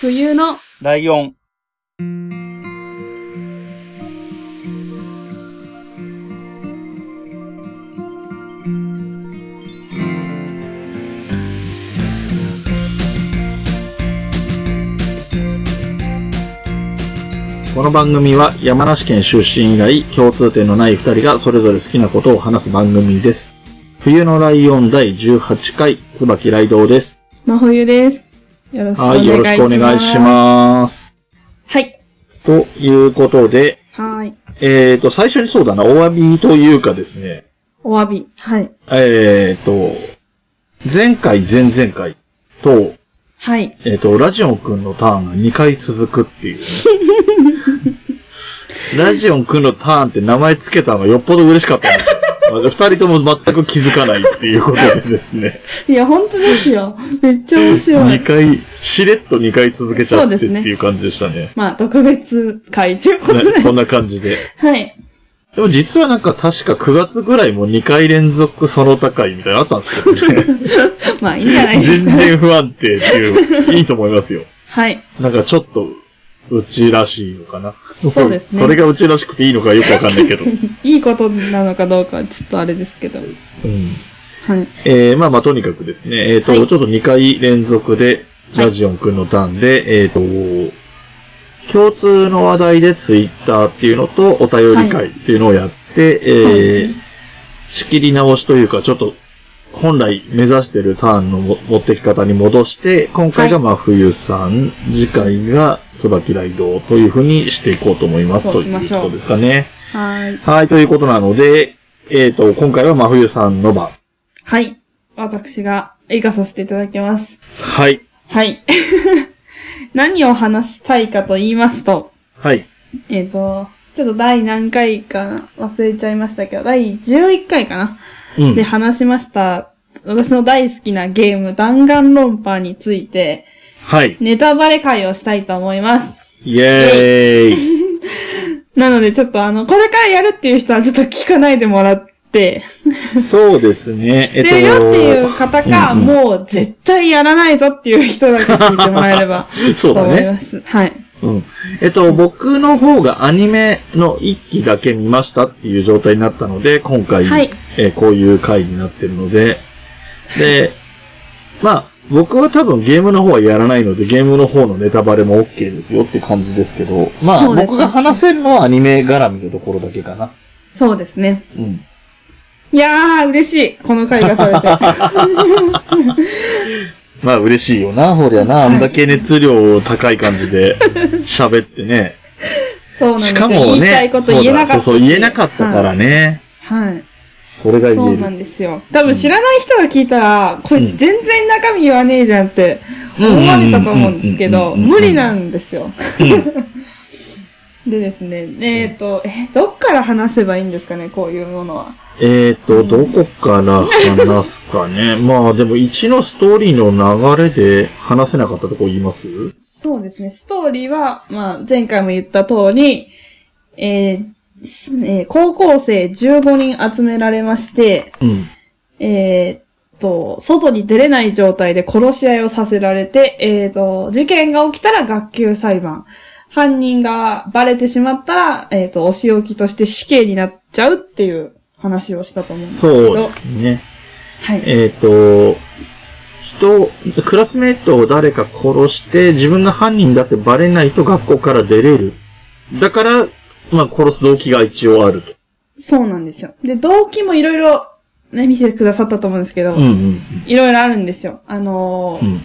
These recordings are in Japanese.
冬のライオン。この番組は山梨県出身以外共通点のない二人がそれぞれ好きなことを話す番組です。冬のライオン第18回、椿ライドウです。真冬です。よろしくおはい、よろしくお願願いいしします。ます。はい。ということで、はい。えっ、と、最初にそうだな、お詫びというかですね、お詫び。はい。えっ、と、前回、前々回と、はい。えっ、と、ラジオンくんのターンが2回続くっていう、ね。ラジオンくんのターンって名前つけたのがよっぽど嬉しかったんですよ。まあ二人とも全く気づかないっていうことでですね。いや、本当ですよ。めっちゃ面白2い。回、しれっと2回続けちゃってっそてうですねいう感じでしたね。まあ、特別会ということで。ねそんな感じで。はい。でも実はなんか確か9月ぐらいも2回連続その高いみたいなのあったんですけどね。まあ、いいんじゃないです全か。然不安定っていう、いいと思いますよ。はい。なんかちょっと、うちらしいのかな。そうですねそれがうちらしくていいのかよくわかんない けど。いいことなのかどうかはちょっとあれですけど。はい。うん。えー、まあまあとにかくですね、えっ、と、はいちょっと2回連続で、はいラジオンくんのターンで、えっ、と、共通の話題でツイッターっていうのとお便り会っていうのをやって、そうえでーすね仕切り直しというか、ちょっと、本来目指してるターンのも持ってき方に戻して、今回がはい真冬さん、次回が椿ライドというふうにしていこうと思います。そとうしいうましこょうとですかね。はい。はい、ということなので、えっ、と、今回は真冬さんの番。はい。私が映画させていただきます。はい。はい。 何を話したいかと言いますと、はい。えっ、と、ちょっと第何回かな忘れちゃいましたけど、第11回かな、うんで。話しました、私の大好きなゲーム、弾丸論破について、はい。ネタバレ会をしたいと思います。イェー イ。なのでちょっとあの、これからやるっていう人はちょっと聞かないでもらって、そうですね。知ってるよっていう方か、うんうん、もう絶対やらないぞっていう人だけ聞いてもらえれば そうだねと思います。はい。うん。えっと、僕の方がアニメの一期だけ見ましたっていう状態になったので、今回、はいえーこういう回になってるので、で、まあ、僕は多分ゲームの方はやらないので、ゲームの方のネタバレも OK ですよって感じですけど、まあ、そうですね僕が話せるのはアニメ絡みのところだけかな。そうですね。うん。いやー、嬉しい。この回が取れて。 まあ嬉しいよな、そりゃな。あんだけ熱量高い感 じで喋ってね。そうなんですしよ。かも言いたねい、ことそう言えなかだったしそうそう、言えなかったから。ね。はい。はいそれがそ言うえなんる。ですよ。多分知らない人が聞いたら、こいつ全然中身言わねえじゃんって思われたと思うんですけど、うんうんうんうんうんうん無理なんですよ。 でですね、えっ、と、え、どっから話せばいいんですかね、こういうものは。えっと、どこから話すかね。まあでも、一のストーリーの流れで話せなかったとこ言いますそうですね、ストーリーは、まあ、前回も言った通り、えーすえー高校生15人集められまして、うん。えーっと、外に出れない状態で殺し合いをさせられて、えーっと、事件が起きたら学級裁判。犯人がバレてしまったら、えーっと、お仕置きとして死刑になっちゃうっていう話をしたと思うんですけそうど。ですね。はい。えっ、と、人、クラスメイトを誰か殺して、自分が犯人だってバレないと学校から出れる。だから、まあ、殺す動機が一応あると。そうなんですよ。で、動機もいろいろ、ね、見せてくださったと思うんですけど、うんいろいろあるんですよ。あのーうん。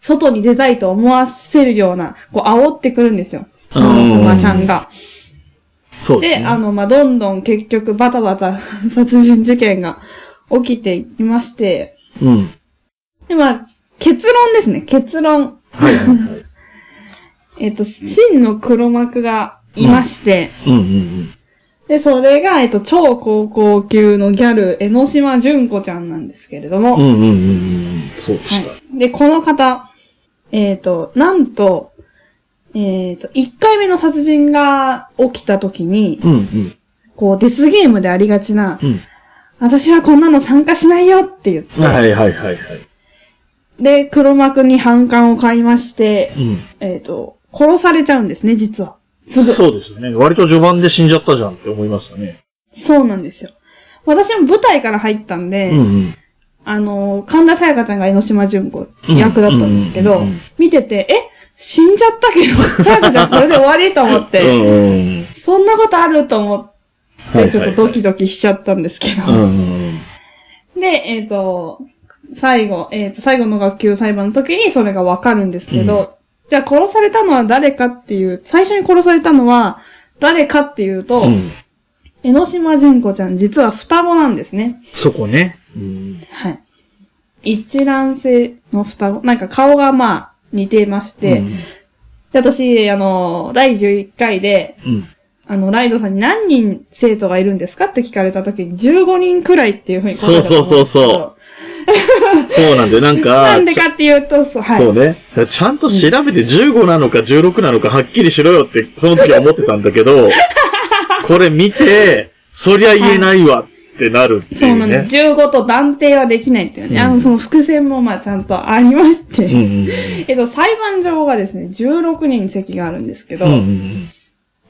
外に出たいと思わせるような、こう、煽ってくるんですよ。うあんの、熊ちゃんが。そうです、で、ね。あの、まあ、どんどん結局バタバタ 殺人事件が起きていまして、うん。で、まあ、結論ですね、結論。はいはいはい。 えっと、真の黒幕がいまして、うんうんで、それが、えっと、超高校級のギャル、江ノ島純子ちゃんなんですけれども、うん。うんうんうんうん。そうでした。はい。で、この方、えっ、と、なんと、えっ、と、1回目の殺人が起きた時に、うんうん。こう、デスゲームでありがちな、うん。私はこんなの参加しないよって言って、はいはいはいはい。で、黒幕に反感を買いまして、うん。えっ、と、殺されちゃうんですね、実は。すぐ。そうですよね。割と序盤で死んじゃったじゃんって思いましたね。そうなんですよ。私も舞台から入ったんで、うんうん。あの、神田沙也加ちゃんが江ノ島純子役だったんですけうどんうんうんうん、見てて、え死んじゃったけど、 沙也加ちゃんこれで終わりと思っうて、んうんうん。そんなことあると思って、ちょっとドキドドキしちゃったんですけど。うんうんうん。で、えっ、と、最後、えっ、と、最後の学級裁判の時にそれがわかるんですけど、うじゃあ殺されたのは誰かっていう、最初に殺されたのは誰かっていうと、うん。江ノ島純子ちゃん、実は双子なんですね。そこね。うん。はい。一卵性の双子。なんか顔がまあ似てまして、うんで私、あの、第11回で、うん。あの、ライドさんに何人生徒がいるんですかって聞かれた時に15人くらいっていうふうに答えたと思んですけどそうそうそうそうなんで、なんか、 なんでかっていうと、そう、はい。そうね。ちゃんと調べて15なのか16なのかはっきりしろよって、その時は思ってたんだけ ど、これ見て、そりゃ言えないわってなるっていうね。そうなんです。15と断定はできないっていうね。うんあの、その伏線もまあちゃんとありまして。うんうんえっと、裁判所がですね、16人席があるんですけど、うん。うんうん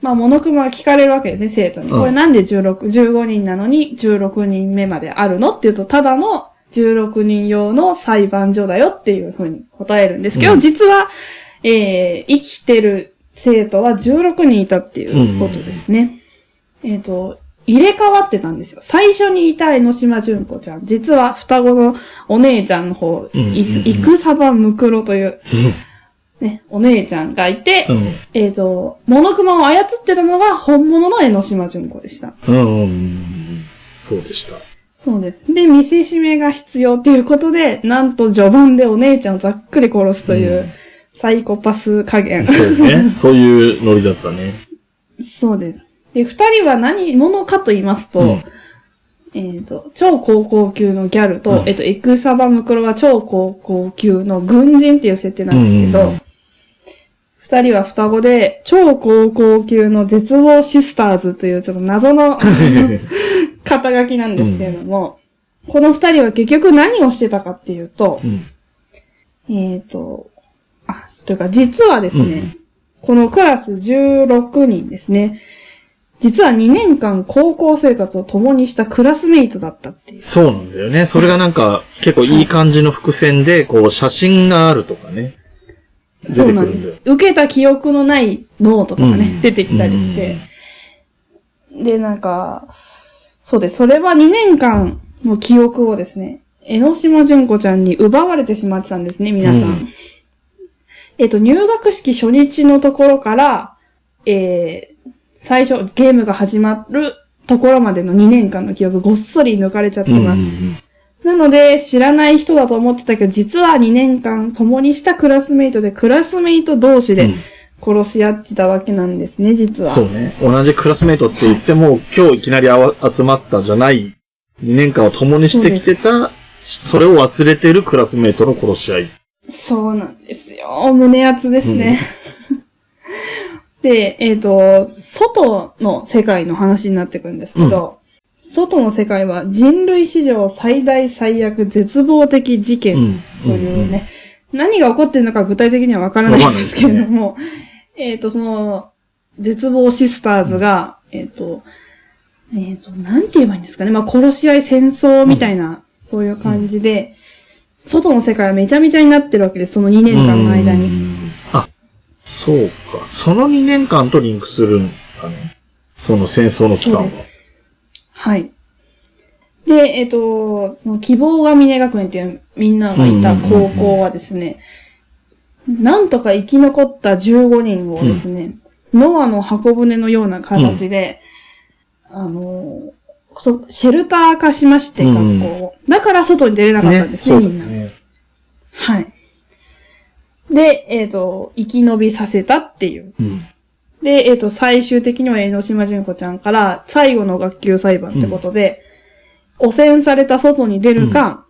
まあ、モノクマは聞かれるわけですね、生徒に。うんこれなんで16、15人なのに16人目まであるのっていうと、ただの16人用の裁判所だよっていうふうに答えるんですけど、うん実は、えー、生きてる生徒は16人いたっていうことですね。えっ、と、入れ替わってたんですよ。最初にいた江ノ島純子ちゃん。実は双子のお姉ちゃんの方、うんうんうんいくさばむくろという、ね、お姉ちゃんがいて、うんうんえっ、と、モノクマを操ってたのが本物の江ノ島純子でした。うんうんうん。そうでした。そうです。で、見せしめが必要ということで、なんと序盤でお姉ちゃんをざっくり殺すといううサイコパス加減。そうね。そういうノリだったね。 そうです。で、二人は何者かと言いますと、うんえっ、と、超高校級のギャルと、うんえっ、と、エクサバムクロは超高校級の軍人っていう設定なんですけうんうどんうん、二、人は双子で、超高校級の絶望シスターズというちょっと謎 の肩書きなんですけれども、この二人は結局何をしてたかっていうとう、んえっ、と、あ、というか実はですね、うんこのクラス16人ですね、実は2年間高校生活を共にしたクラスメイトだったっていう。そうなんだよね。それがなんか、結構いい感じの伏線で、こう、写真があるとかね。出てそくうるなんんでだよす。。受けた記憶のないノートとかね、うん出てきたりして。で、なんか、そうです。それは2年間の記憶をですね、江ノ島純子ちゃんに奪われてしまってたんですね、皆さん。うんえっと、入学式初日のところから、えー、最初、ゲームが始まるところまでの2年間の記憶、ごっそり抜かれちゃってうんうんます。うんなので、知らない人だと思ってたけど、実は2年間共にしたクラスメイトで、クラスメイト同士うでん殺し合ってたわけなんですね、実は。そうね。同じクラスメイトって言っても、今日いきなりあわ集まったじゃない、2年間を共にしてきてた、それを忘れてるクラスメイトの殺し合い。そうなんですよ。胸熱ですね。 で、えっ、と、外の世界の話になってくるんですけど、外の世界は人類史上最大最悪絶望的事う件ん。というね、何が起こってるのか具体的にはわからないんですけれども、えっと、その、絶望シスターズが、えっ、と、えっ、と、なんて言えばいいんですかね。まあ、殺し合い戦争みたいな、そういう感じで、外の世界はめちゃめちゃになってるわけです、その2う年ん間の間うに。んあ、そうか。その2年間とリンクするんだね。その戦争の期間はそうで。はい。で、えっ、と、その希望が峰学園っていうみんながいた高校はですね、なんとか生き残った15人をですね、ノアの箱舟のような形で、あの、そシェルター化しまして、う学校んを。だから外に出れなかったんですね、そうだみんな。ね。はい。で、えっ、と、生き延びさせたっていう。うん。で、えっ、と、最終的には江ノ島純子ちゃんから最後の学級裁判ってことで、汚染された外に出るか、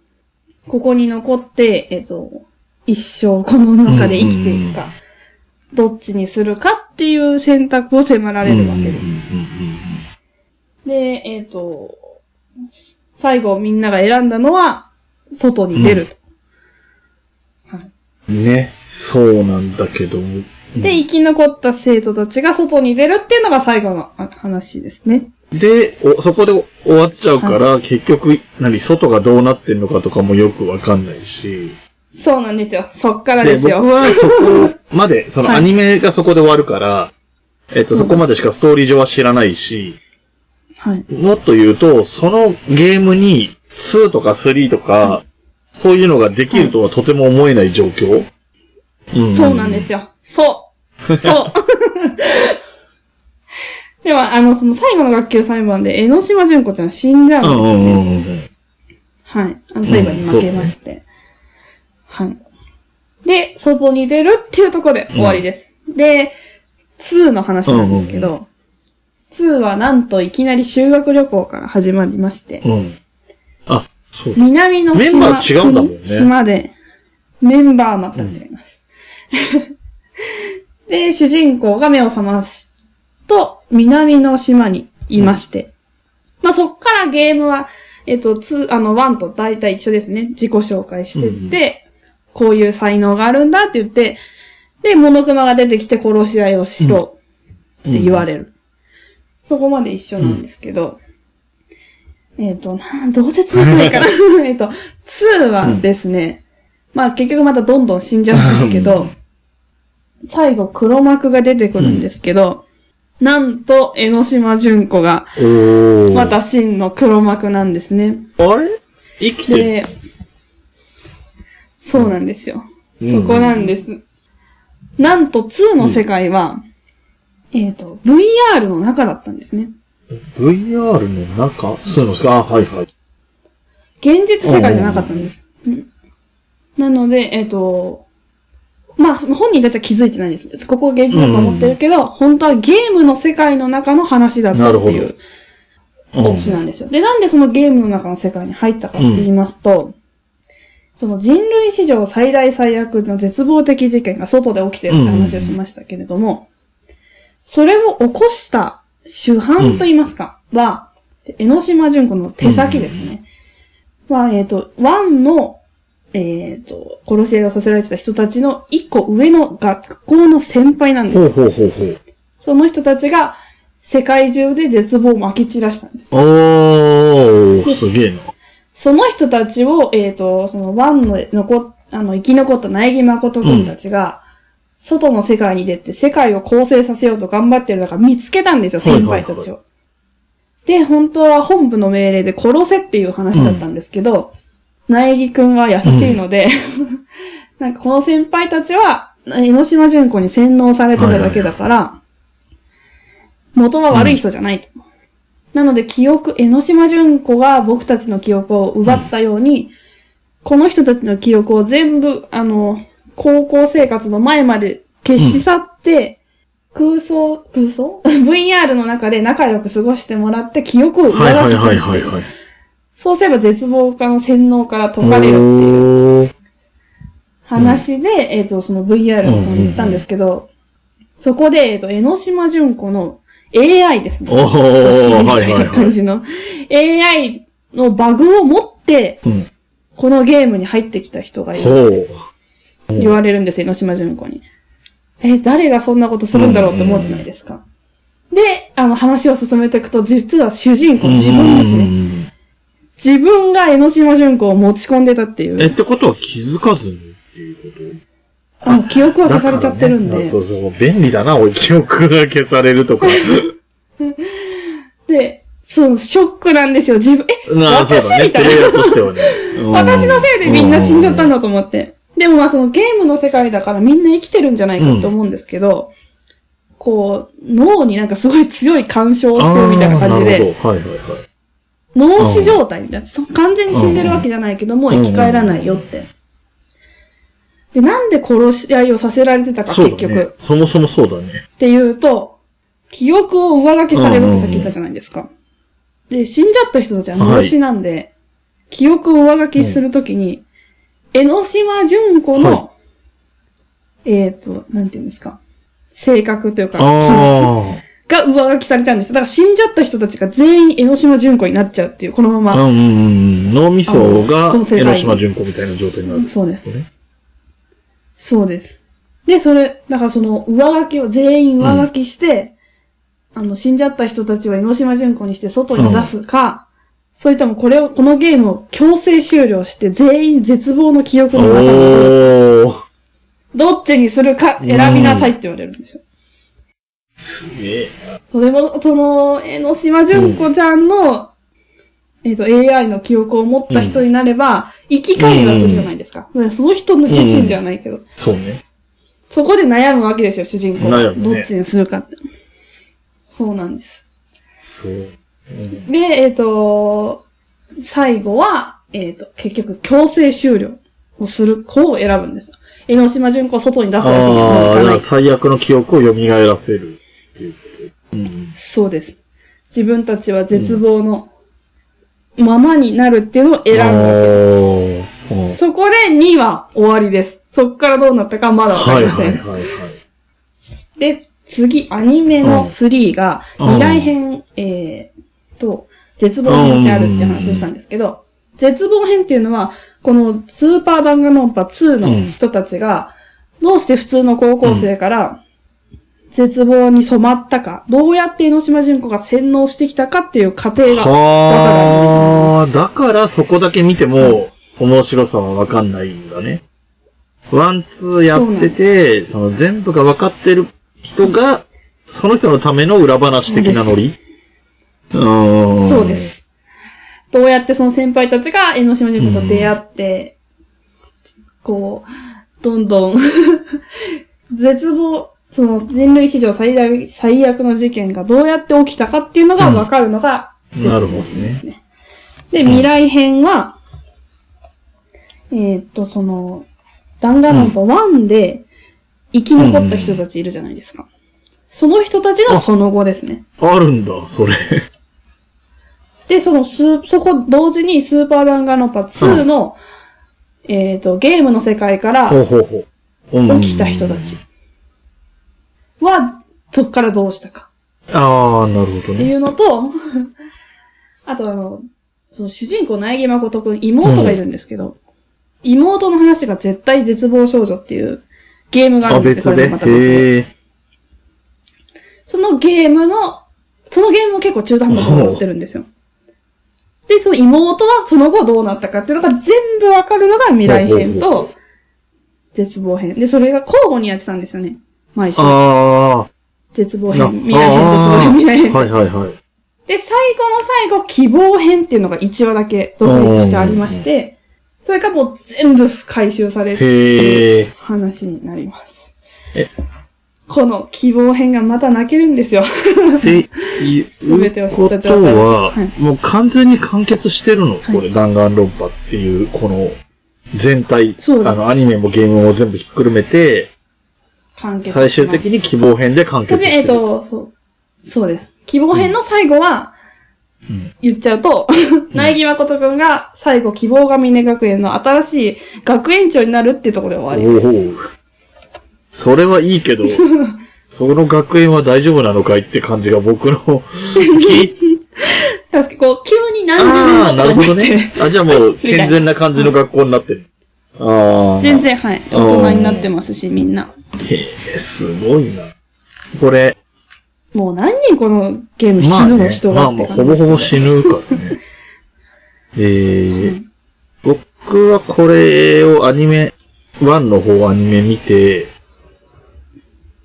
ここに残って、えっ、と、一生この中で生きていくか、どっちにするかっていう選択を迫られるわけです。で、えっ、と、最後みんなが選んだのは、外に出ると。ね。そうなんだけど。で、生き残った生徒たちが外に出るっていうのが最後のあ話ですね。で、おそこで終わっちゃうから、結局、何、外がどうなってんのかとかもよくわかんないし。そうなんですよ。そっからで、です僕よ。はそこ まで、そのはいアニメがそこで終わるから、えっと、そうそこまでしかストーリー上は知らないし、はい。もっと言うと、そのゲームに2とか3とか、そういうのができるとはとても思えない状況。そうなんですよ。よ。そう。そう。 では、あの、その最後の学級裁判で、江ノ島純子ちゃん死んじゃううんんでうすよんね。うんうん。はい。あの、裁判に負けまして。はい。で、外に出るっていうところで終わりです。で、2の話なんですけど、2はなんといきなり修学旅行から始まりまして、うん。あ、そう。南のメ島ンバー違うんだもんね島で、メンバーは全く違います。 で、主人公が目を覚ますと、南の島にいまして、まあそっからゲームは、えっと、2、あの、1と大体一緒ですね。自己紹介してって、こういう才能があるんだって言って、で、モノクマが出てきて殺し合いをしろって言われる。そこまで一緒なんですけど、えっ、と、なん どう説明したらいいかな。えっと、2はですね、まあ結局またどんどん死んじゃうんですけど、最後黒幕が出てくるんですけど、なんと江ノ島純子がおー。また真の黒幕なんですね。あれ生きてるで、そうなんですよ。うんそこなんです。なんと2の世界は、えっ、と、VR の中だったんですね。 VR の中そういうのですかあ、はいはい。現実世界じゃなかったんです。うんなので、えっ、と、まあ、本人たちは気づいてないです。ここが現実だと思ってるけど、本当はゲームの世界の中の話だったってないうるオチなんですよ。で、なんでそのゲームの中の世界に入ったかって言いますと、その人類史上最大最悪の絶望的事件が外で起きてるって話をしましたけれども、それを起こした主犯と言いますか、は、江ノ島純子の手先ですね。は、えっ、と、ワンの、えっ、と、殺し合いをさせられてた人たちの一個上の学校の先輩なんですほよ。うほうほうほう。その人たちが世界中で絶望をまき散らしたんです。おー、すげえな。その人たちを、えっ、と、そのワンの残っ、あの、生き残った苗木誠君たちが、外の世界に出て世界を構成させようと頑張ってる中見つけたんですよ、はいはい先はい輩たちを。で、本当は本部の命令で殺せっていう話だったんですけど、苗木君は優しいので、 なんかこの先輩たちは、江ノ島純子に洗脳されてただけだから、元は悪い人じゃないと。なので、記憶、江ノ島純子が僕たちの記憶を奪ったように、この人たちの記憶を全部、あの、高校生活の前まで消し去って、空想、空想 ?VR の中で仲良く過ごしてもらって記憶をはい奪はいっはていいはいはい。そうすれば絶望家の洗脳から解かれるっていう。おー。話で、えっ、と、その VR の方に行ったんですけど、そこで、えっ、と、江ノ島純子の AI ですね。おー星みたはいはいいなはい感じの、AI のバグを持って、うん。このゲームに入ってきた人がいほる。う。言われるんですよ、江ノ島純子に。えー誰がそんなことするんだろうって思うじゃないですか。で、あの、話を進めていくと、実は主人公、自分ですね。ね。自分が江ノ島純子を持ち込んでたっていえ、っう。てことは気づかずにっていうあの、記憶こはと消されちゃってるんで。だからねあそうそう、便利だな、おい、記憶が消されるとか。で、そう、ショックなんですよ、自分。え、 なあ、そう私だね、みプたいレイヤーな。としてはね。う ん私のせいでみんな死んじゃったんだと思って。でもまあそのゲームの世界だからみんな生きてるんじゃないかと思うんですけど、こう、脳になんかすごい強い干渉をしてるみたいな感じあーなで、るほど、はいはいはい。脳死状態みたいな。そ完全に死んでるわけじゃないけども、うん生き返らないよって。で、なんで殺し合いをさせられてたか、そう結だね局。。そもそもそうだね。っていうと、記憶を上書きされるってさっき言ったじゃないですか。で、死んじゃった人たちは脳死なんで、記憶を上書きするときに、江ノ島純子の、はえっ、と、なんて言うんですか、性格というか、気持あちが上書きされちゃうんですよ。だから死んじゃった人たちが全員江ノ島純子になっちゃうっていう、このまあ。うま。んうんうん。脳みそあのが人の世界江ノ島純子みたいな状態になる。そうです。ねそうです。で、それ、だからその上書きを、全員上書きして、あの、死んじゃった人たちは猪島純子にして外に出すか、それともこれを、このゲームを強制終了して、全員絶望の記憶の中に戻るおー。どっちにするか選びなさいって言われるんですよ。すげえ。それも、その、江ノ島純子ちゃんの、えっ、と、AI の記憶を持った人になれば、生き返りはするじゃないですか。その人の自身ではないけど。そうね。そこで悩むわけですよ、主人公は。悩むねどっちにするかって。そうなんです。そう。うんで、えっ、と、最後は、えっ、と、結局、強制終了をする子を選ぶんですよ。江ノ島純子を外に出すわけにああ、はいだかかならい。最悪の記憶を蘇らせるっていうこと。うん。そうです。自分たちは絶望のままになるっていうのを選ぶわけおでーす。そこで2は終わりです。そこからどうなったかまだわかはいりません。はいはいはい。で、次、アニメの3が、うん未来編、えーと、絶望編ってあるって話をしたんですけど、絶望編っていうのは、このスーパー弾丸論破2の人たちが、どうして普通の高校生から絶望に染まったか、どうやって江ノ島純子が洗脳してきたかっていう過程が、はあ、だからそこだけ見ても面白さはわかんないんだね。ワン、ツーやってて、その全部がわかってる人が、その人のための裏話的なノリうーん。そうで。す。どうやってその先輩たちが江ノ島純子と出会って、こう、どんどん、 絶望、その人類史上最大、最悪の事件がどうやって起きたかっていうのがわかるのが、うん絶望なるほどねですね。で、未来編は、えーっと、その、弾丸論破1で生き残った人たちいるじゃないですか。その人たちのその後ですね。あるんだ、それ。で、そのスー、そこ同時にスーパーダンガノパ2の、えっ、と、ゲームの世界からほうほうほううん。起きた人たちは、そこからどうしたかああ、なるほどってね。いうのと、 あとあの、その主人公苗木誠くん、妹がいるんですけど、妹の話が絶対絶望少女っていうゲームがああ、るんです別よ。これで。もまた別でへえ。そのゲームの、そのゲームも結構中途半端になってるんですよ。で、その妹はその後どうなったかっていうのが全部わかるのが未来編ほうほうと絶望編。で、それが交互にやってたんですよね。毎週。ああ。絶望な編、未来編、絶望あー編、未来編。はいはいはい。で、最後の最後、希望編っていうのが1話だけ独立してありまして、それがもう全部回収されてへえ。話になります。えこの希望編がまた泣けるんですよ。っていう全てを知こったと状態は、はもう完全に完結してるの、はいこれ、弾丸論破っていう、この、全体、あそうですの、アニメもゲームも全部ひっくるめて、完結しま最す終的に希望編で完それ結で、してる。えっ、と、そう、そうです。希望編の最後は、うん言っちゃうと、苗木誠くんが最後希望が峰学園の新しい学園長になるってところで終わり。おおそれはいい けど、その学園は大丈夫なのかいって感じが僕 の聞い、確かにこう、急に何十ああ、年なる後ほとどかになってね、。あ、じゃあもう健全な感じの学校になってる。ああ。 全然、はい。大人になってますし、みんな。へえ、すごいな。これ、もう何人このゲームま死あぬねの人まがあっまて感あ、ほじぼですほねぼ死ぬか らね。えうーん、僕はこれをアニメ、1の方をアニメ見て、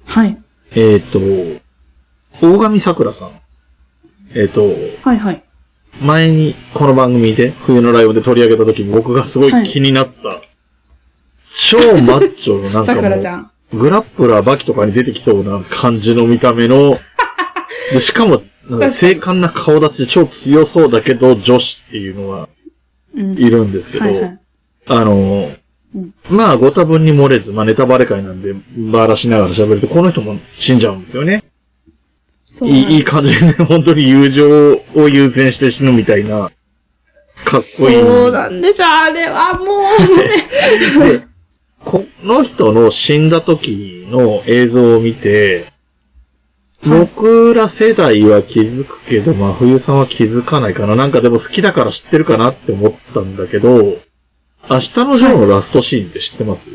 はい。えっ、と、大神桜さん。えっ、と、はいはい。前にこの番組で、冬のライブで取り上げた時に僕がすごはいい気になった、超マッチョのなんさかもくらちゃん。う、グラップラーバキとかに出てきそうな感じの見た 目の、でしかも、なんか精悍な顔立ちで超強そうだけど、女子っていうのはうん。いるんですけど、はいはい。あうの、んまあご多分に漏れず、まあネタバレ会なんで、バラしながら喋ると、この人も死んじゃうんですよね。そうなんですいいいい感じで、本当に友情を優先して死ぬみたいな、かっこいい。そうなんです。あれはもうね。でこの人の死んだ時の映像を見て、はい僕ら世代は気づくけど、真冬さんは気づかないかな。なんかでも好きだから知ってるかなって思ったんだけど、明日のジョーのラストシーンって知ってます、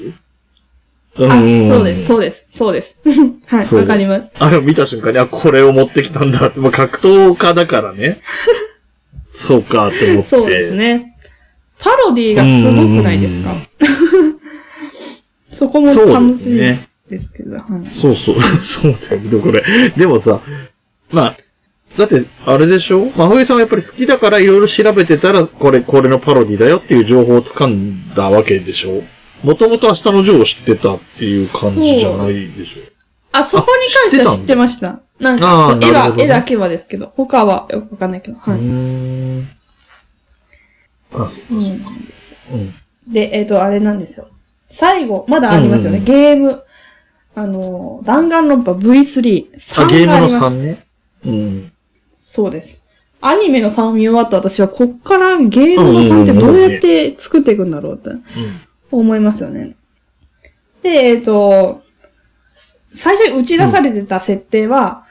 うんんんそうです、そうです、そうです。 はい、そうわかります。あれを見た瞬間に、あ、これを持ってきたんだって、もう格闘家だか らね。そうかって思って。そうですね。パロディーがすごくないですかうんうんそこもそう楽ですしいねですけど、はいそうそう、 そうだけどこれ。でもさ、まあ、だって、あれでしょまふえさんはやっぱり好きだからいろいろ調べてたら、これ、これのパロディだよっていう情報を掴んだわけでしょもともと明日のジョーを知ってたっていう感じじゃないでしょあ、そこに関しては知ってました。なんあか、ーそう絵なるはほ、どね絵だけはですけど、他はよくわかんないけど、うはい。ーん。あ、そっかそっか。うんうん。で、えっ、と、あれなんですよ。最後、まだありますよね。うんゲーム。あのー、弾丸論破 V3。あ、ゲ3ーがあムのります。 3ね。うん。そうです。アニメの3を見終わった私は、こっからゲームの3ってどうやって作っていくんだろうって思いますよね。で、えっ、と、最初に打ち出されてた設定は、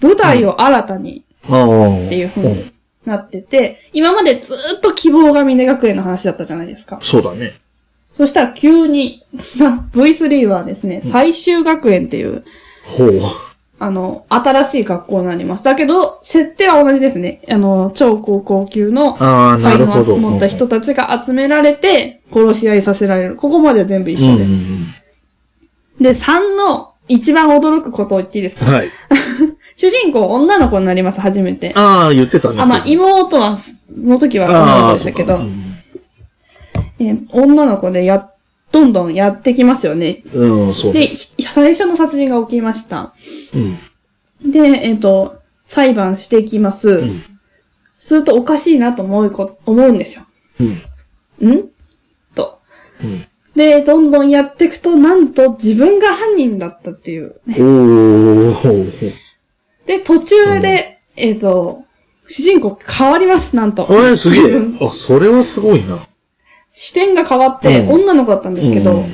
舞台を新たにああ。っていう風になってて、今までずーっと希望が峰学園の話だったじゃないですか。そうだね。そしたら急に、な V3 はですね、うん最終学園っていう、ほう。あの、新しい学校になります。だけど、設定は同じですね。あの、超高校級のああ、な才る能ほをど。持った人たちが集められて、殺し合いさせられる。ここまでは全部一緒です。す。で、3の一番驚くことを言っていいですかはい。 主人公、女の子になります、初めて。あ、ああ、言ってたね。まあ、妹は、の時は女の子でしたけど、えー女の子でや、どんどんやってきますよね。うん、そう。で、ひ最初の殺人が起きました。うん。で、えっ、と、裁判していきます。うん。するとおかしいなと思うこ、思うんですよ。うん。んと。で、どんどんやっていくと、なんと自分が犯人だったっていう。おー。で、途中で、えっ、と、主人公変わります、なんと。あれ、すげうえん。あ、それはすごいな。視点が変わって、うん女の子だったんですけど、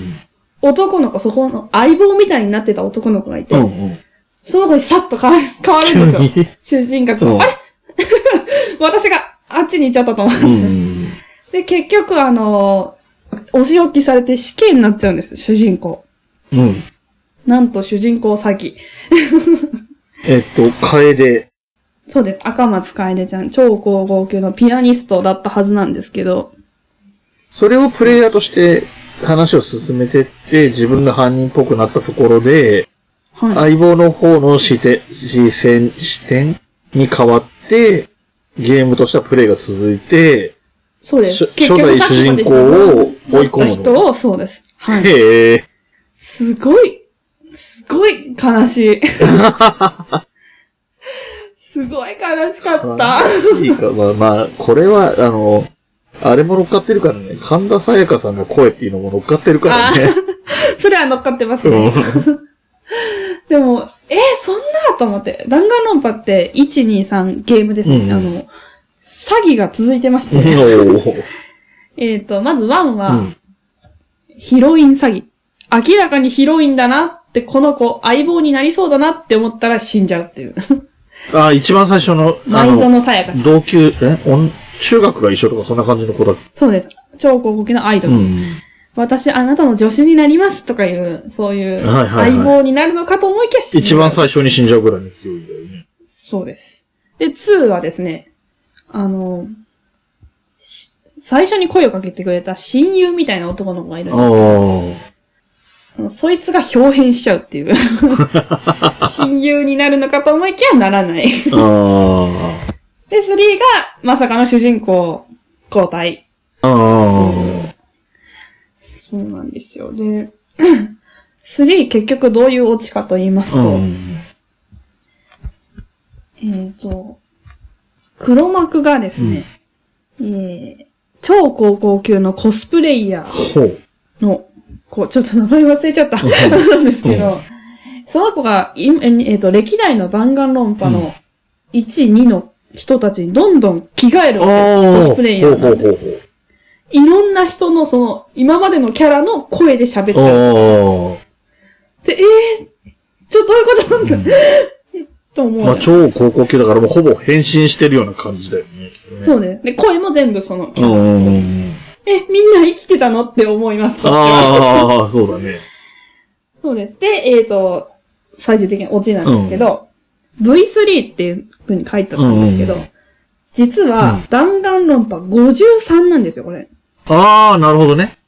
男の子、そこの相棒みたいになってた男の子がいて、うんうん。その子にさっと 変わる変わるんですよ。急に。主人格うんあれ 私があっちに行っちゃったと思う。うん。で、結局、あのお仕置きされて死刑になっちゃうんです、主人公。うん。なんと主人公詐欺。えっと、楓。そうです、赤松楓ちゃん、超高校級のピアニストだったはずなんですけど、それをプレイヤーとして話を進めてって、自分が犯人っぽくなったところで、はい。相棒の方の視点、視線、視点に変わって、ゲームとしたプレイが続いて、そうです。初初代主人公を追い込むの人を、そうです。はい。へえ。すごい、すごい悲しい。すごい悲しかった。いいか、まあまあ、これは、あの、あれも乗っかってるからね、神田沙也加さんが声っていうのも乗っかってるからね。 それは乗っかってますうね。ん でも、えーそんなと思って。弾丸論破って、1、2、3ゲームですね。うんあの、詐欺が続いてまして、 おーえっと、まず1うは、ん。ヒロイン詐欺。明らかにヒロインだなって、この子、相棒になりそうだなって思ったら死んじゃうって いう。あ、一番最初の、あ前の、園さやかちゃん。同級、えおん中学が一緒とかそんな感じの子だっそうです。超高校級のアイた。ドル。ん。私、あなたの助手になりますとかいう、そういう、はいはいはい相棒になるのかと思いきや死んじゃう一番最初に死んじゃうぐらいの勢いだよね。そうです。で、2はですね、あの、最初に声をかけてくれた親友みたいな男の子がいるんですああのそいつが表変しちゃう っていう。親友になるのかと思いきやならない。あ。ああ。で、3が、まさかの主人公、交代。あそうなんですよ。で、3結局どういうオチかと言いますあ。と、えっ、と、黒幕がですね、えー超高校級のコスプレイヤほう。ーの、こう、ちょっと名前忘れちゃった。うんなんですけうど、その子が、いえーと、歴代の弾丸論破うんの1、2の人たちにどんどん着替えるわけですコスプレイヤーほなうんほで。うほういろんな人のその、今までのキャラの声で喋ったりほう。で、えー、ちょ、どういうことなんだ、と思う。まあ、超高校級だからもうほぼ変身してるような感じだよね。そうです。で、声も全部その、うんうんうん。え、みんな生きてたのって思います。こっちはああ、そうだね。そうです。で、えっ、と、最終的にオチなんですけど、V3 っていう風に書いてあったんですけど、うんう実はうん弾丸論破53なんですよ、これ。ああ、なるほどね。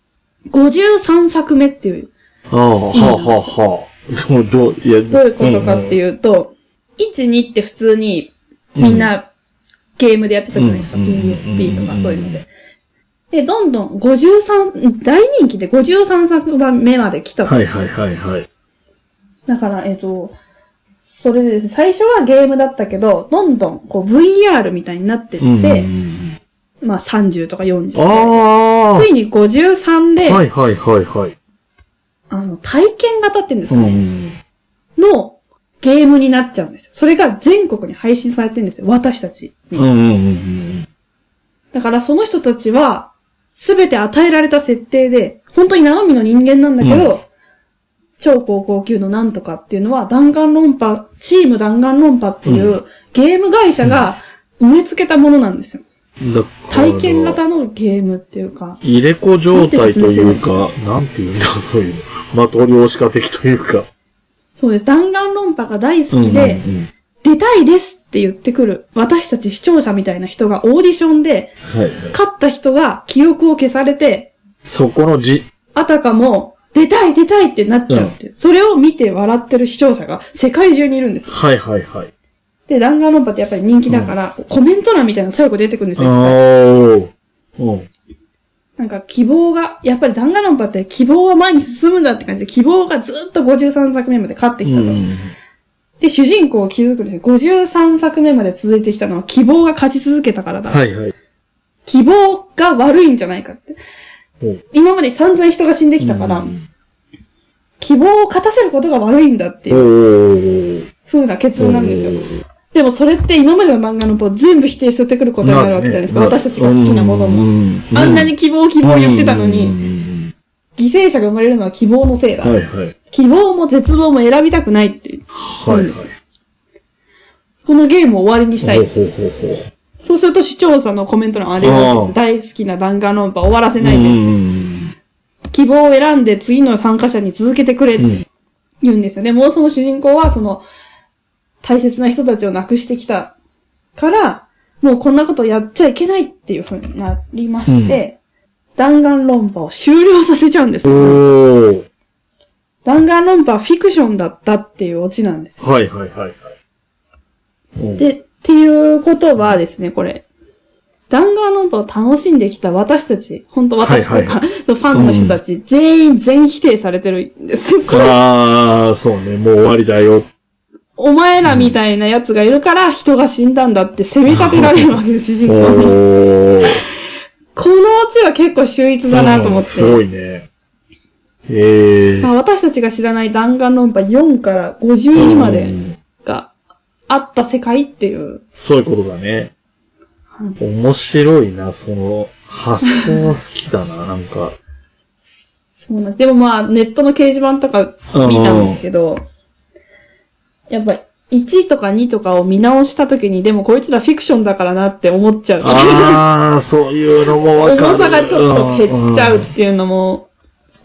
53作目っていう。ああ、はあ、はあ、はあ。どう、どう、いや、どういうことかってういうと、1、2って普通にん、みんなゲームでやってたじゃないですか。うんうんうんうん PSP とかそういうので。で、どんどん53、大人気で53作目まで来たうん。はいはいはいはい。だから、えっ、と、それでですね、最初はゲームだったけど、どんどんこう VR みたいになってって、うんうんうん、まあ30とか40とか。ああついに53で、はいはいはいはい。あの、体験型っていうんですうかんね、のゲームになっちゃうんですよ。それが全国に配信されてるんですよ、私たちうに。んうんうんうん。だからその人たちは、すべて与えられた設定で、本当に生身の人間なんだけど、超高校級のなんとかっていうのは、弾丸論破、チーム弾丸論破っていう、うゲーム会社が植え付けたものなんですよ。だから体験型のゲームっていうか、入れ子状態というか、なんていうんだ、そういうの。まとり押し家的というか。そうです。弾丸論破が大好きで、うんうんうん出たいですって言ってくる、私たち視聴者みたいな人がオーディションで、はいはい。勝った人が記憶を消されて、そこのじ、あたかも、出たい出たいってなっちゃうっていう。それを見て笑ってる視聴者が世界中にいるんですよ。はいはいはい。で、弾丸論破ってやっぱり人気だから、コメント欄みたいなの最後出てくるんですあよ。いっぱいーうん。なんか希望が、やっぱり弾丸論破って希望は前に進むんだって感じで、希望がずっと53作目まで勝ってきたと。うんで、主人公を気づくんですよ。53作目まで続いてきたのは希望が勝ち続けたからだ。はいはい。希望が悪いんじゃないかって。ほう今まで散々人が死んできたから、うん希望を勝たせることが悪いんだっておいうー風な結論なんですよ。おーでもそれって今までの漫画のを全部否定してくることになるわけじゃないですか。まあね私たちが好きなものも。あんなに希望希望言ってたのうんに、犠牲者が生まれるのは希望のせいだ。うんうんうんはいはい。希望も絶望も選びたくないっていう。はいはい。このゲームを終わりにしたい。ほうほうほうほう。そうすると視聴者のコメント欄あれなんです。大好きな弾丸論破終わらせないで。ん希望を選んで次の参加者に続けてくれっうてん。言うんですよね。もうその主人公はその大切な人たちを亡くしてきたから、もうこんなことやっちゃいけないっていうふうになりまして、弾丸論破を終了させちゃうんです。おー。弾丸論破はフィクションだったっていうオチなんですよ。はいはいはいはい。うん、で、っていうことはですね、これ。弾丸論破を楽しんできた私たち、本当私とか、はいは ファンの人たち、全員全否定されてるんですよ。これあー、そうね、もう終わりだよ。お前らみたいなやつがいるから人が死んだんだって責め立てられるわけです、主お人公 に。 ー。このオチは結構秀逸だなと思うんって。すごいね。ええまあ私たちが知らない弾丸論破4から52まうでんがあった世界っていう。そういうことだね。面白いな、その、発想は好きだな、な んか。そうなんです。でもまあネットの掲示板とか見たんですけど、やっぱ1とか2とかを見直した時に、でもこいつらフィクションだからなって思っちゃう。あー、そういうのもわ重かる。さがちょっと減っちゃうっていうのも、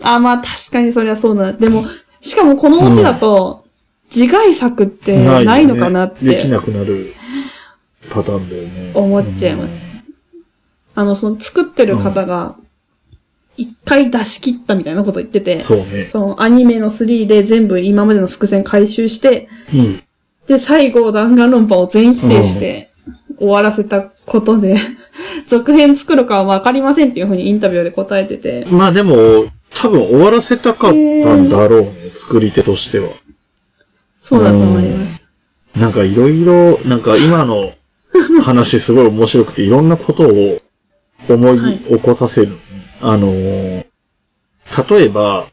あ、まあ確かにそれはそうだな。でも、しかもこのオチだと、自害策ってよねないのかなっできてなくなるパターンだよね。思っちゃいます。あの、その作ってる方が、一回出し切ったみたいなこと言ってうて、ん。そうね。そのアニメの3で全部今までの伏線回収して、うん。で、最後弾丸論破を全否定して、終わらせたことで、 続編作るかはわかりませんっていうふうにインタビューで答えてて、まあでも、多分終わらせたかったんだろうね、作り手としては。そうだと思います。なんかいろいろ、なんか今 の話すごい面白くて、いろんなことを思はいい起こさせる。あのー例えば、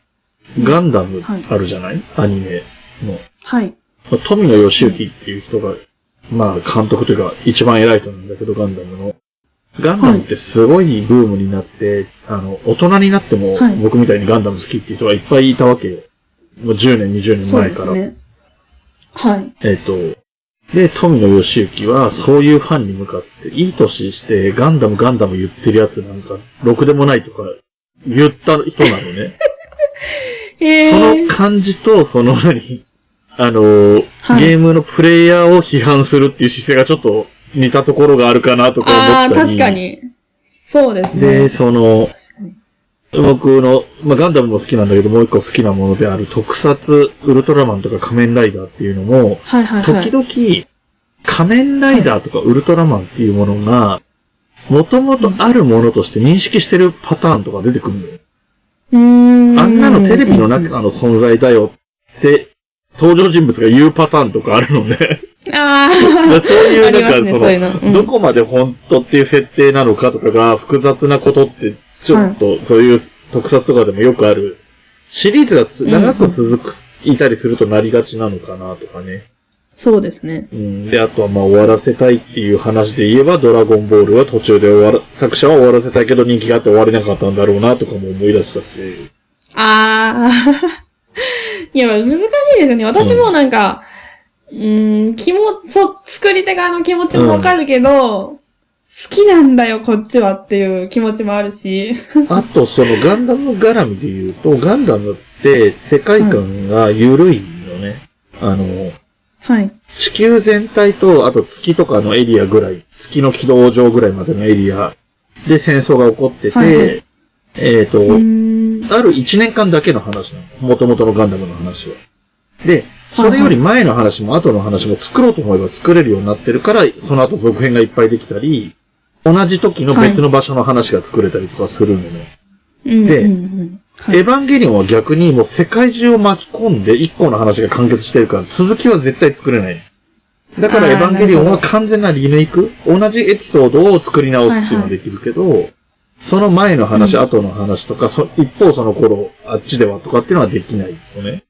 ガンダムはいあるじゃない、アニメの。はい。まあ富野義行っていう人が、まあ監督というか一番偉い人なんだけど、ガンダムの。ガンダムってすごいブームになって、あの、大人になってもはい僕みたいにガンダム好きっていう人がいっぱいいたわけよ。もう10年、20年そう前でかすら。ね。はい。えっ、と、で、富野義行は、そういうファンに向かって、いい年して、ガンダムガンダム言ってるやつなんか、ろくでもないとか、言った人なのね。そへのえ。感じと、その何、あのーはいゲームのプレイヤーを批判するっていう姿勢がちょっと似たところがあるかなとかあ思あ、った確り。か。に。そうですねで、。その、確かに僕の、まあ、ガンダムも好きなんだけど、もう一個好きなものである特撮、ウルトラマンとか仮面ライダーっていうのも、はいはいはい。時々、仮面ライダーとかウルトラマンっていうものが、もともとあるものとして認識してるパターンとか出てくるのよ。うーんあんなのテレビの中の存在だよって、登場人物が言うパターンとかあるのね。あだからあ。 そういう、なんありかますねそそういうのうの、んどこまで本当っていう設定なのかとかが複雑なことって、ちょっと、そういう特撮とかでもよくある。シリーズがつうん長く続く、いたりするとなりがちなのかなとかね。 そうですね。うん。で、あとはまあ終わらせたいっていう話で言えば、ドラゴンボールは途中で終わら、作者は終わらせたいけど人気があって終われなかったんだろうなとかも思い出したし。ああ。 いや、難しいですよね。私もなんか、うーん、気も、そう、作り手側の気持ちもわかるけど、好きなんだよ、こっちはっていう気持ちもあるし。 あと、そのガンダム絡みで言うと、ガンダムって世界観が緩いよね。あの、はい。地球全体と、あと月とかのエリアぐらい、月の軌道上ぐらいまでのエリアで戦争が起こってて、はいはいえっ、と、うーん。ある1年間だけの話なの。元々のガンダムの話は。で、それより前の話も後の話も作ろうと思えば作れるようになってるから、その後続編がいっぱいできたり、同じ時の別の場所の話が作れたりとかするのね。うんでうんうんはいエヴァンゲリオンは逆にもう世界中を巻き込んで一個の話が完結してるから続きは絶対作れない。だからあーエヴァンゲリオンなるはほ完全なリメイク同じエピソードを作り直すっていうのはできるけど、その前の話、うん後の話とか、そ一方その頃、あっちではとかっていうのはできないよね。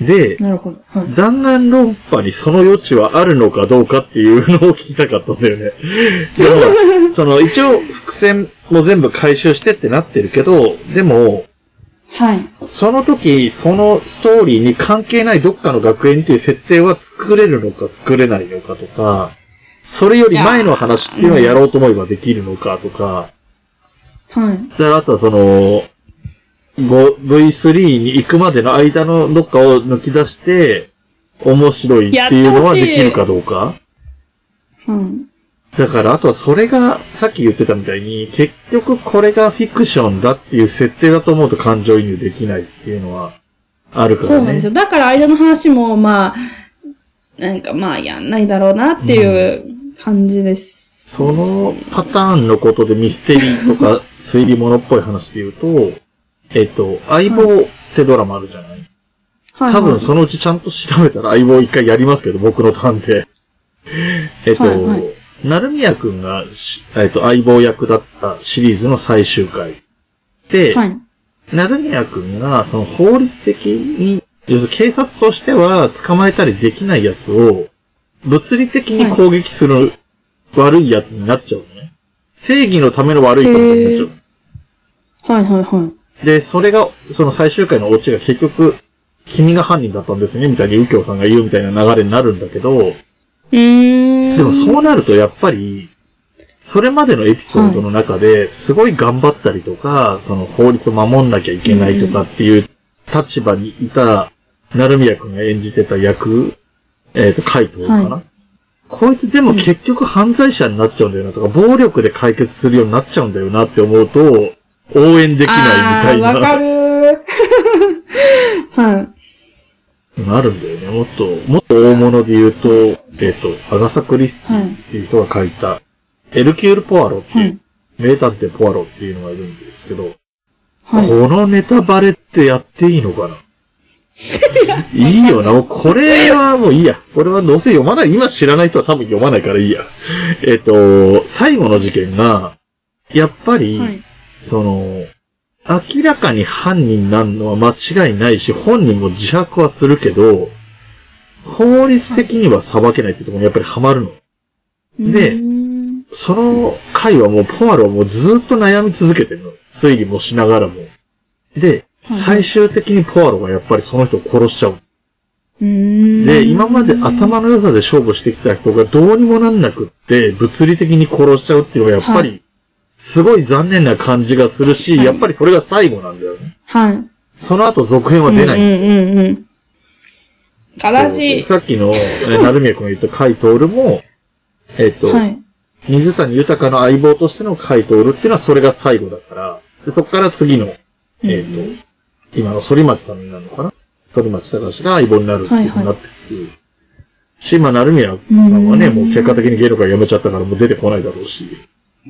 で、なるほど。はい弾丸論破にその余地はあるのかどうかっていうのを聞きたかったんだよね。でも、その一応伏線も全部回収してってなってるけど、でも、はい。その時、そのストーリーに関係ないどっかの学園っていう設定は作れるのか作れないのかとか、それより前の話っていうのはやろうと思えばできるのかとか、はい。だからあとはその、ご V3 に行くまでの間のどっかを抜き出して、面白いっていうのはできるかどうかうん。だから、あとはそれが、さっき言ってたみたいに、結局これがフィクションだっていう設定だと思うと感情移入できないっていうのは、あるからね。そうなんですよ。だから間の話も、まあ、なんかまあ、やんないだろうなっていう感じです。そのパターンのことでミステリーと か推理物っぽい話で言うと、えっと、相棒ってドラマあるじゃないはいはい多分そのうちちゃんと調べたら相棒一回やりますけど、僕のターンで。えっと、はいはいなるみやくんがし、えっと、相棒役だったシリーズの最終回。で、はい。なるみやくんが、その法律的に、要するに警察としては捕まえたりできないやつを、物理的に攻撃する悪いやつになっちゃうのね。正義のための悪いことになっちゃう。はいはいはい。で、それが、その最終回のオチが結局、君が犯人だったんですね、みたいに右京さんが言うみたいな流れになるんだけど、うーん。でもそうなるとやっぱり、それまでのエピソードの中で、すごい頑張ったりとか、その法律を守んなきゃいけないとかっていう立場にいた、成宮くんが演じてた役、えっ、と、海藤かな、はこいつでも結局犯罪者になっちゃうんだよなとか、暴力で解決するようになっちゃうんだよなって思うと、応援できないみたあいーわかな、る ー。はい。なるんだよね。もっと、もっと大物で言うと、えっ、と、アガサ・クリスティっていう人が書いた、エルキュール・ポアロっていう、はい。名探偵ポアロっていうのがいるんですけど、はい。このネタバレってやっていいの かないいよな。もうこれはもういいや。これはどうせ読まない。今知らない人は多分読まないからいいや。えっと、最後の事件が、やっぱり、はい。その、明らかに犯人なのは間違いないし、本人も自白はするけど、法律的には裁けないってところにやっぱりハマるの。でうーんその回はもうポアロはもうずっと悩み続けてるの。推理もしながらも。で、い最終的にポアロがやっぱりその人を殺しちゃう。うーん。で、今まで頭の良さで勝負してきた人がどうにもなんなくって、物理的に殺しちゃうっていうのはやっぱはり、すごい残念な感じがするし、はいやっぱりそれが最後なんだよね。はい。その後続編は出ない。うんうんうんうん。悲しい。そうさっきの、えなるみやくんが言った甲斐徹も、えっ、と、はい。水谷豊の相棒としての甲斐徹っていうのはそれが最後だから、でそこから次の、えっ、と、うん今の反町さんになるのかな反町隆が相棒になるっていうふうになってくる。し、今、成宮さんはね、うんもう結果的に芸能界辞めちゃったからもう出てこないだろうし、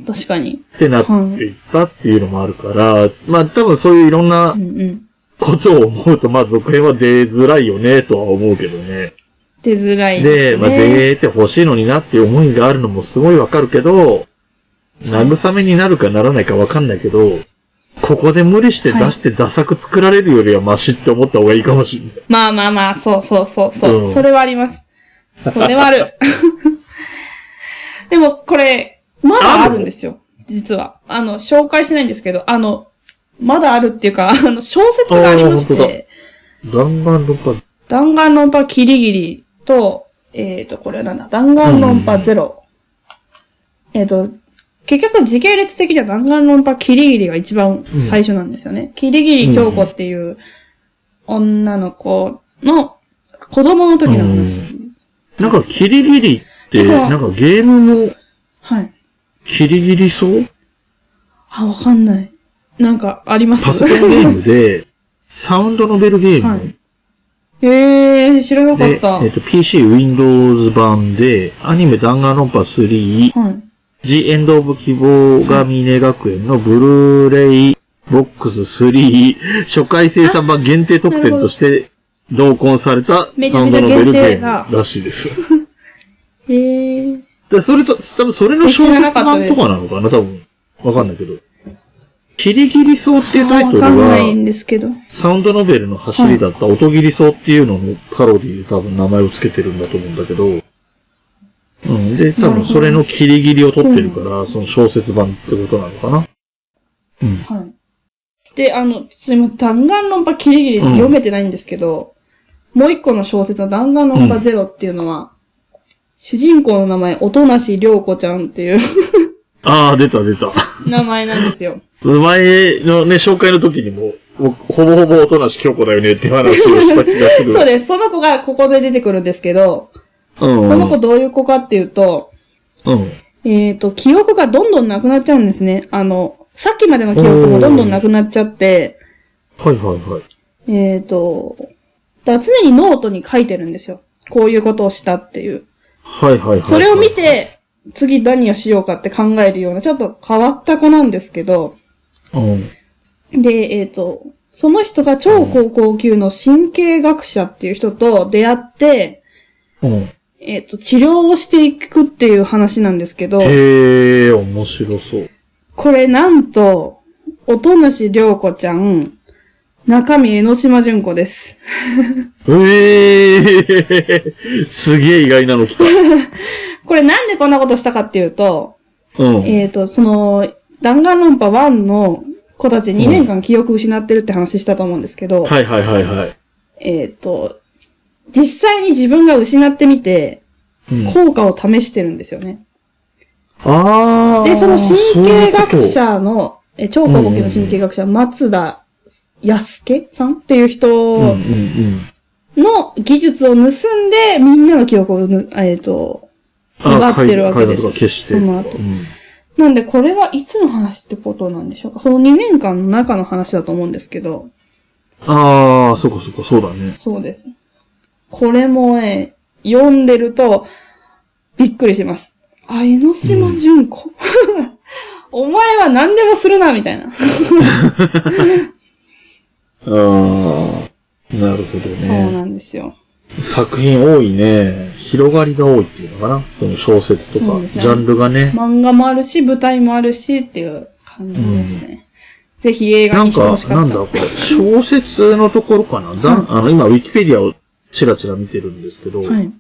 確かに。ってなっていったっていうのもあるから、まあ多分そういういろんなうんうん。ことを思うと、まあ続編は出づらいよね、とは思うけどね。出づらいですで、ね。まあ、出て欲しいのになっていう思いがあるのもすごいわかるけど、慰めになるかならないかわかんないけど、ここで無理して出してダサく作られるよりはマシって思った方がいいかもしれない。まあまあまあ、そうそうそうそう、うんそれはあります。それはある。 でも、これ、まだあるんですよ。実は。あの、紹介しないんですけど、あの、まだあるっていうか、あの、小説がありましあー本当て、弾丸論破。弾丸論破キリギリと、えっ、と、これはなんだ、弾丸論破ゼロ。えっ、と、結局時系列的には弾丸論破キリギリが一番最初なんですよね。キリギリ京子っていう女の子の子供の時の話。なんか、キリギリって、だからなんかゲームのはい。キリギリそうあ、わかんない。なんかありますパソコンゲー ムで、サウンドノベルゲーム。はいへえー、知らなかで、えっ、った。と、PC Windows 版で、アニメ弾丸論破3、はい。ジ・エンド・オブ・希望が峰学園のブルーレイボックス3初回生産版限定特典として同梱されためちサゃウンめちドゃノベルゲ 限定だームらしいです。へえー。でそれと、多分それの小説版とかなのかな多分。わかんないけど。キリギリ草っていうタイトルわかんないは、んですけど。サウンドノベルの走りだった音切り草っていうののパロディで多分名前を付けてるんだと思うんだけど、うん。で、多分それのキリギリを取ってるから、その小説版ってことなのかなうん。はい。で、あの、すいません、弾丸論破キリギリ読めてないんですけど、もう一個の小説の弾丸論破ゼロっていうのは、主人公の名前、音無涼子ちゃんって いうああ、出た出た。名前なんですよ。前のね、紹介の時にも、僕ほぼほぼ音無し京子だよねっていう話をした気がすそる。うです。その子がここで出てくるんですけど、うん。この子どういう子かっていうと、うん。えっ、と、記憶がどんどんなくなっちゃうんですね。あの、さっきまでの記憶もどんどんなくなっちゃって、はいはいはい。えっ、と、だから常にノートに書いてるんですよ。こういうことをしたっていう。はいはいはい。それを見、て、次何をしようかって考えるような、ちょっと変わった子なんですけど、うん。で、えっ、と、その人が超高校級の神経学者っていう人と出会って、うん。えっ、と、治療をしていくっていう話なんですけど、へえ、面白そう。これなんと、音主涼子ちゃん、中身江ノ島純子です。 ええ すげえ意外なの来た。これなんでこんなことしたかっていうと、うん。えっ、と、その、弾丸論破1の子たち2年間記憶失ってるって話したと思うんですけど、はいはいはいはい。えっ、と、実際に自分が失ってみて、うん、効果を試してるんですよね。ああ。で、その神経学そういうこ者の、え超高級の神経学者、松田康介さんっていうと。うんう人んの技術を盗んで、みんなの記憶をぬ、えっ、と、うん。奪ってるわけです階段とか消して。その後うんなんでこれはいつの話ってことなんでしょうかその2年間の中の話だと思うんですけど、ああ、そこそこ、そうだね。そうです。これもね、読んでると、びっくりします。あ、江ノ島純子。お前は何でもするな、みたい な。そああ、なるほどうね。なんですよ。作品多いね。広がりが多いっていうのかな。その小説とそか、うですジねャンルがね。漫画もあるし、舞台もあるし、っていう感じですね。ぜひ映画なにんしてほかし、なかっんた。だこれ、小説のところかな。だんあの、今、ウィキペディアをちらちら見てるんですけど、はい。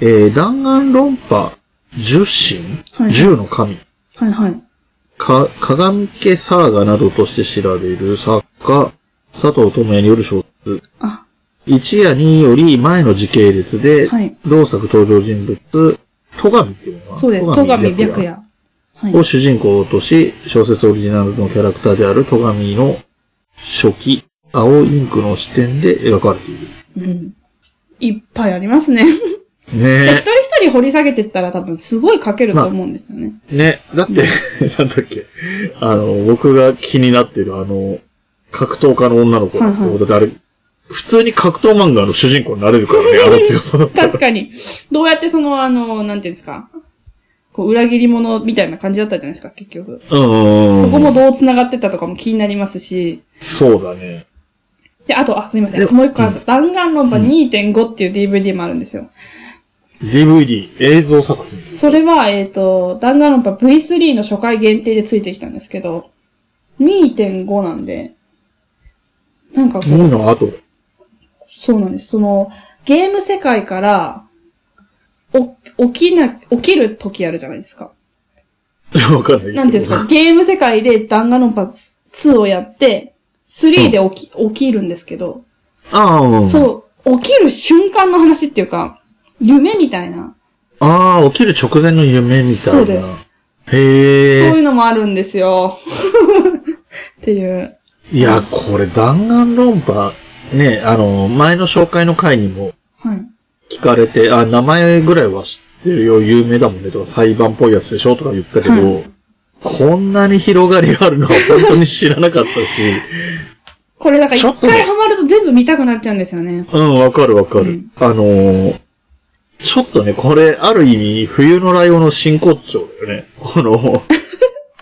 えー、弾丸論破、十神、はい十の神、はいはい。か、鏡家サーガなどとして知られる作家、佐藤智也による小説、あ、一や二より前の時系列で、はい同作登場人物、戸上っていうのかなそうです。戸上白夜。はい。を主人公とし、小説オリジナルのキャラクターである戸上の初期、青インクの視点で描かれている。うん。いっぱいありますね。で 一ね人一人掘り下げてったら多分すごい書けると思うんですよね。え。ね。だって、 なんだっけ。あの、僕が気になってるあの、格闘家の女の子はいはいだってあれ、普通に格闘漫画の主人公になれる からね、あの強さだったら確。かに。どうやってその、あの、なんていうんですか。こう、裏切り者みたいな感じだったじゃないですか、結局。うんうんうん。そこもどう繋がってったとかも気になりますし。そうだね。で、あと、あ、すいませでん。もう一個あっうた。弾丸論破2.5っていう DVD もあるんですよ。 DVD、映像作品。それは、えっ、と、弾丸論破 V3 の初回限定でついてきたんですけど、2.5なんで、なんかこう、いいのあと。 そうなんです。その、ゲーム世界から、お、起きな、起きる時あるじゃないですか。わかんないけど。なんていうんですか、ゲーム世界で弾丸論破2をやって、3で起き、起きるんですけど、 ああ、うん。そう、起きる瞬間の話っていうか、夢みたいな、ああ、起きる直前の夢みたいな。そうですへそういえ。うのもあるんですよ。 っていう。いや、これ弾丸論破、ね、あの、前の紹介の回にもはい。聞かれて、あ、名前ぐらいは知ってるよ、有名だもんね、とか、裁判っぽいやつでしょ、とか言ったけど、はこんなに広がりがあるのは本当に知らなかったし、 これだからちょ一っとね回ハマると全部見たくなっちゃうんですよね。うん、わかるわかる。うんあのーちょっとね、これ、ある意味、冬のライオンの真骨頂だよね。この、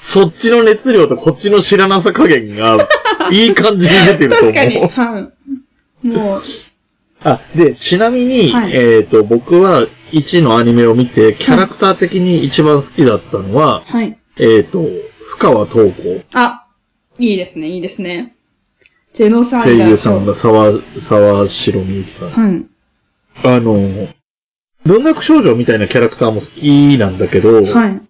そっちの熱量とこっちの知らなさ加 減が、いい感じに出てると思う。確かに。はい。もう、あ、で、ちなみに、はいえっ、と、僕は1のアニメを見て、キャラクター的に一番好きだったのは、はい。えっ、と、深川東子、あ、いいですね、いいですね。ジェノサ声イダーと。優さんが沢、沢城みゆきさん。はい。あのー、文学少女みたいなキャラクターも好きなんだけど、はい。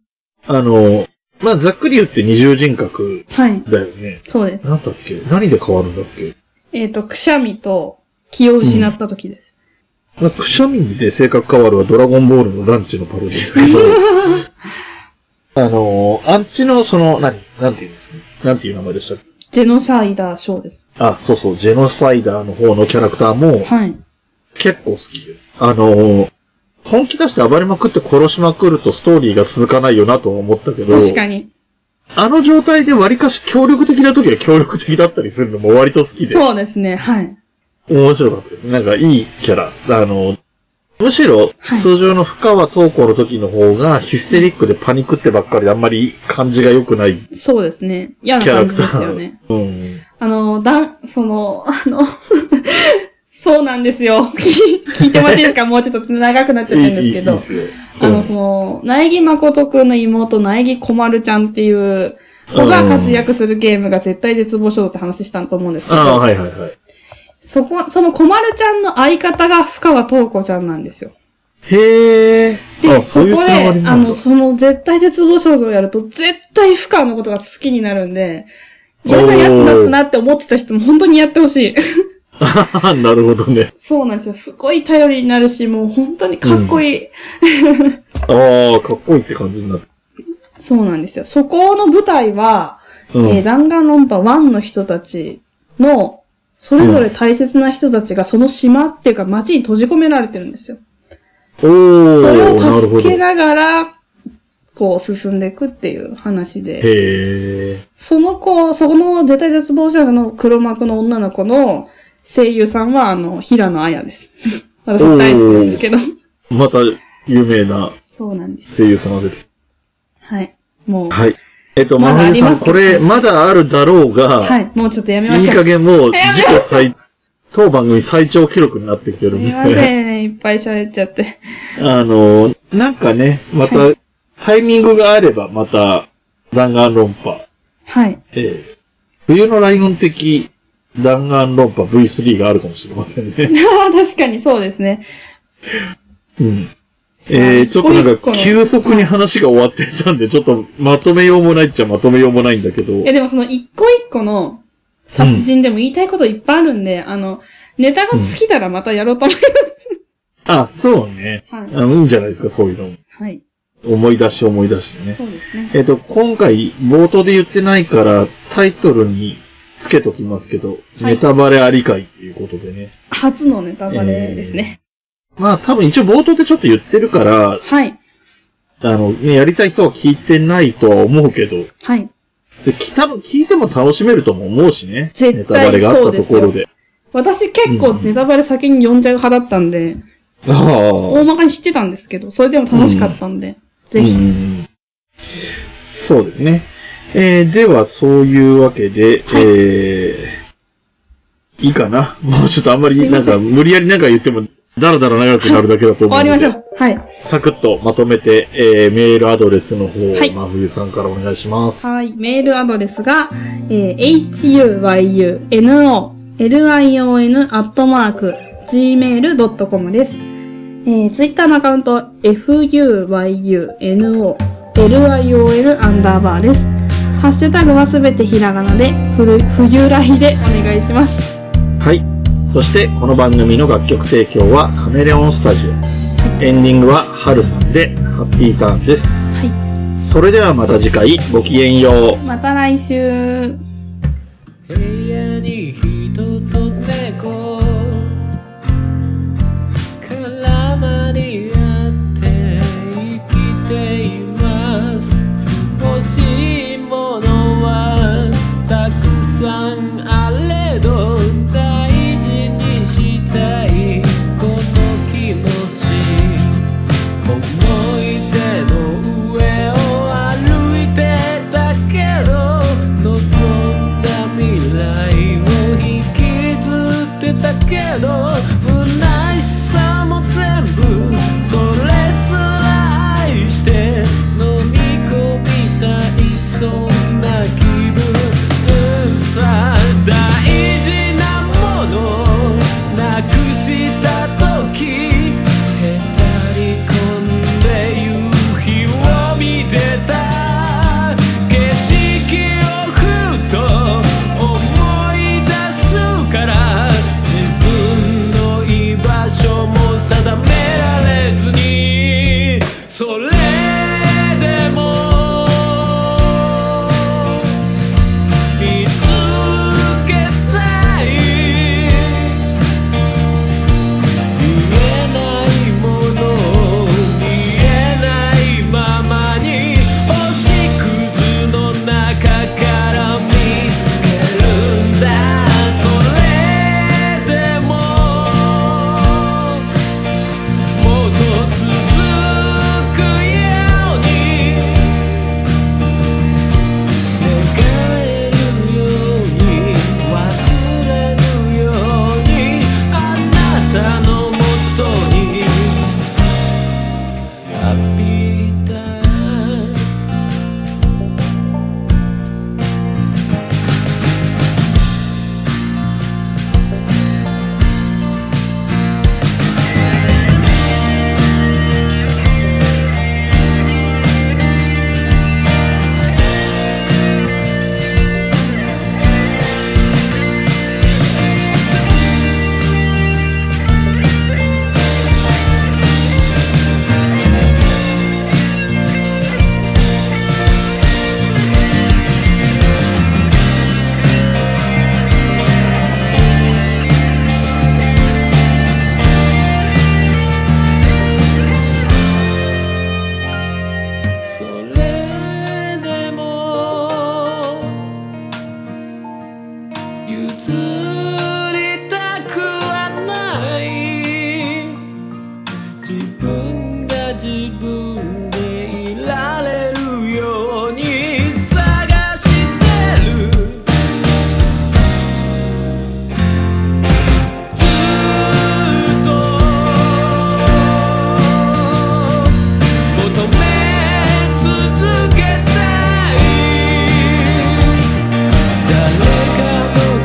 あの、まあ、ざっくり言って二重人格はい。だよね。そうです。なんだっけ何で変わるんだっけえっ、と、くしゃみと気を失った時です。なんかくしゃみで性格変わるはドラゴンボールのランチのパロディだ けど、あの、アンチのその、何なんていうんですかなんていう名前でしたっけジェノサイダーショーです。あ、そうそう、ジェノサイダーの方のキャラクターもはい。結構好きです。あの、本気出して暴れまくって殺しまくるとストーリーが続かないよなとは思ったけど、確かに。あの状態で割かし協力的な時は協力的だったりするのも割と好きで。そうですね、はい。面白かったです。なんかいいキャラ。あの、むしろはい通常の深川投稿の時の方がヒステリックでパニックってばっかりであんまり感じが良くないキそうですね。嫌なャラ感クじタですよー。ね。うん。あの、だん、その、あの、 そうなんですよ。 聞聞いてもらっていいですかもうちょっと長くなっちゃったんですけど。いいいいっすよ。あうの、んその、苗木誠くんの妹、苗木小丸ちゃんっていう子が活躍するゲームが絶対絶望症だって話したと思うんですけど、ああ、はいはいはい。そこ、その小丸ちゃんの相方が深川東子ちゃんなんですよ。へえ。で、あ、そういうこつで、ながりあなんだの、。その絶対絶望症状をやると、絶対深川のことが好きになるんで、嫌なやつだったなって思ってた人も本当にや ってほしい。 なるほどね。そうなんですよ。すごい頼りになるし、もう本当にかっこいい。ああ、かっこいいって感じになった。そうなんですよ。そこの舞台は、うん。えー弾丸論破1の人たちの、それぞれ大切な人たちがその島っていうか町に閉じ込められてるんですよ。それおをおなるほ助ど。けへながら、こう進んでいくっていう話で。え。その子、そこの絶対絶望症者の黒幕の女の子の声優さんは、あの、平野綾です。 私大好きなんですけど。また、有名なそうなんです。声優さんが出てきたはい。もう、ははい。えっと、ままだあはりりさまん、すこれ、まだあるだろうが、い、い。もうちょっとやめまいしょ加う。減もう、やめ自己最、当番組最長記録になってきてるんすいまで、せん。いっぱい喋っちゃって。 あの、なんかね、また、はタイミングがあれば、また、弾丸論破、はい。 ええ冬のライオン的弾丸論破 V3 があるかもしれませんね。確かにそうですね。うん。えー、ちょっとなんか、急速に話が終わってたんで、ちょっとまとめようもないっちゃまとめようもないんだけどいや、でもその一個一個の殺人でも言いたいこといっぱいあるんで、あの、ネタが尽きたらまたやろうと思います。あ、そうね。はいあいいんじゃないですか、そういうのも。はい。思い出し思い出しね。そうですね。えっと、今回、冒頭で言ってないから、タイトルに、つけときますけど、はいネタバレあり会っていうことでね。初のネタバレですね。まあ多分一応冒頭でちょっと言ってるから、はい。あの、ねやりたい人は聞いてないとは思うけど、はい。でき多分聞いても楽しめるとも思うしね。絶対ネタバレがあったとこそろうでで。私結構ネタバレ先に読んじゃう派だったんで、あ大あ。まかに知ってたんですけど、それでも楽しかったんで、ぜうんひ。うんうんそうですね。えー、では、そういうわけで、はいえー、いいかな もうちょっとあんますいり、まなせんんか、無理やりなんか言っても、だらだら長くなるだけだ終と思うわのりで。ましょう。はい。サクッとまとめて、えー、メールアドレスの方、はい真冬さんからお願いします。はい、メールアドレスが、えー、huyuno,lion,gmail.com です。えー、ツイッターのアカウント、fuyuno, lion アンダーバーです。ハッシュタグはすべてひらがなで、ふる、冬来でお願いします。はい。そして、この番組の楽曲提供はカメレオンスタジオ。エンディングはハルさんで、ハッピーターンです。はそれではまた次回、ごきげんよい、う。また来週。部屋に人と猫絡まり合って生きています欲しいものはたくさんあれど大事にしたいこの気持ち思い出の上を歩いてたけど望んだ未来を引きずってたけど虚しさも全部それすら愛して飲み込みたいそんな気分さ大事なものなくした時へたり込んで夕日を見てた景色をふと思い出すから自分の居場所も定められずにそれでも「見つけたい」「見えないもの見えないままに星屑の中から見つけるんだ」「それでももっと続くように」「願えるように忘れるように」「あなたのもとに」「ハッピーターン」それでも譲りたくはない自分が自分でいられるように探してるずっと「求め続けたい」「誰かの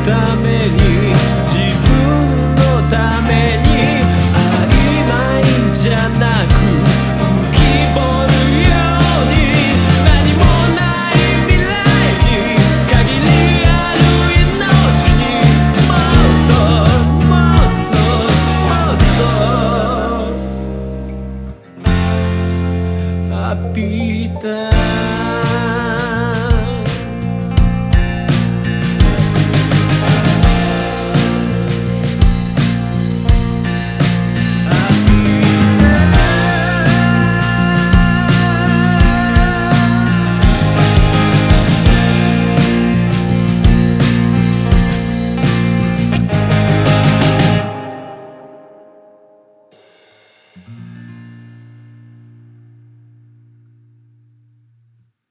ために自分のために曖昧じゃない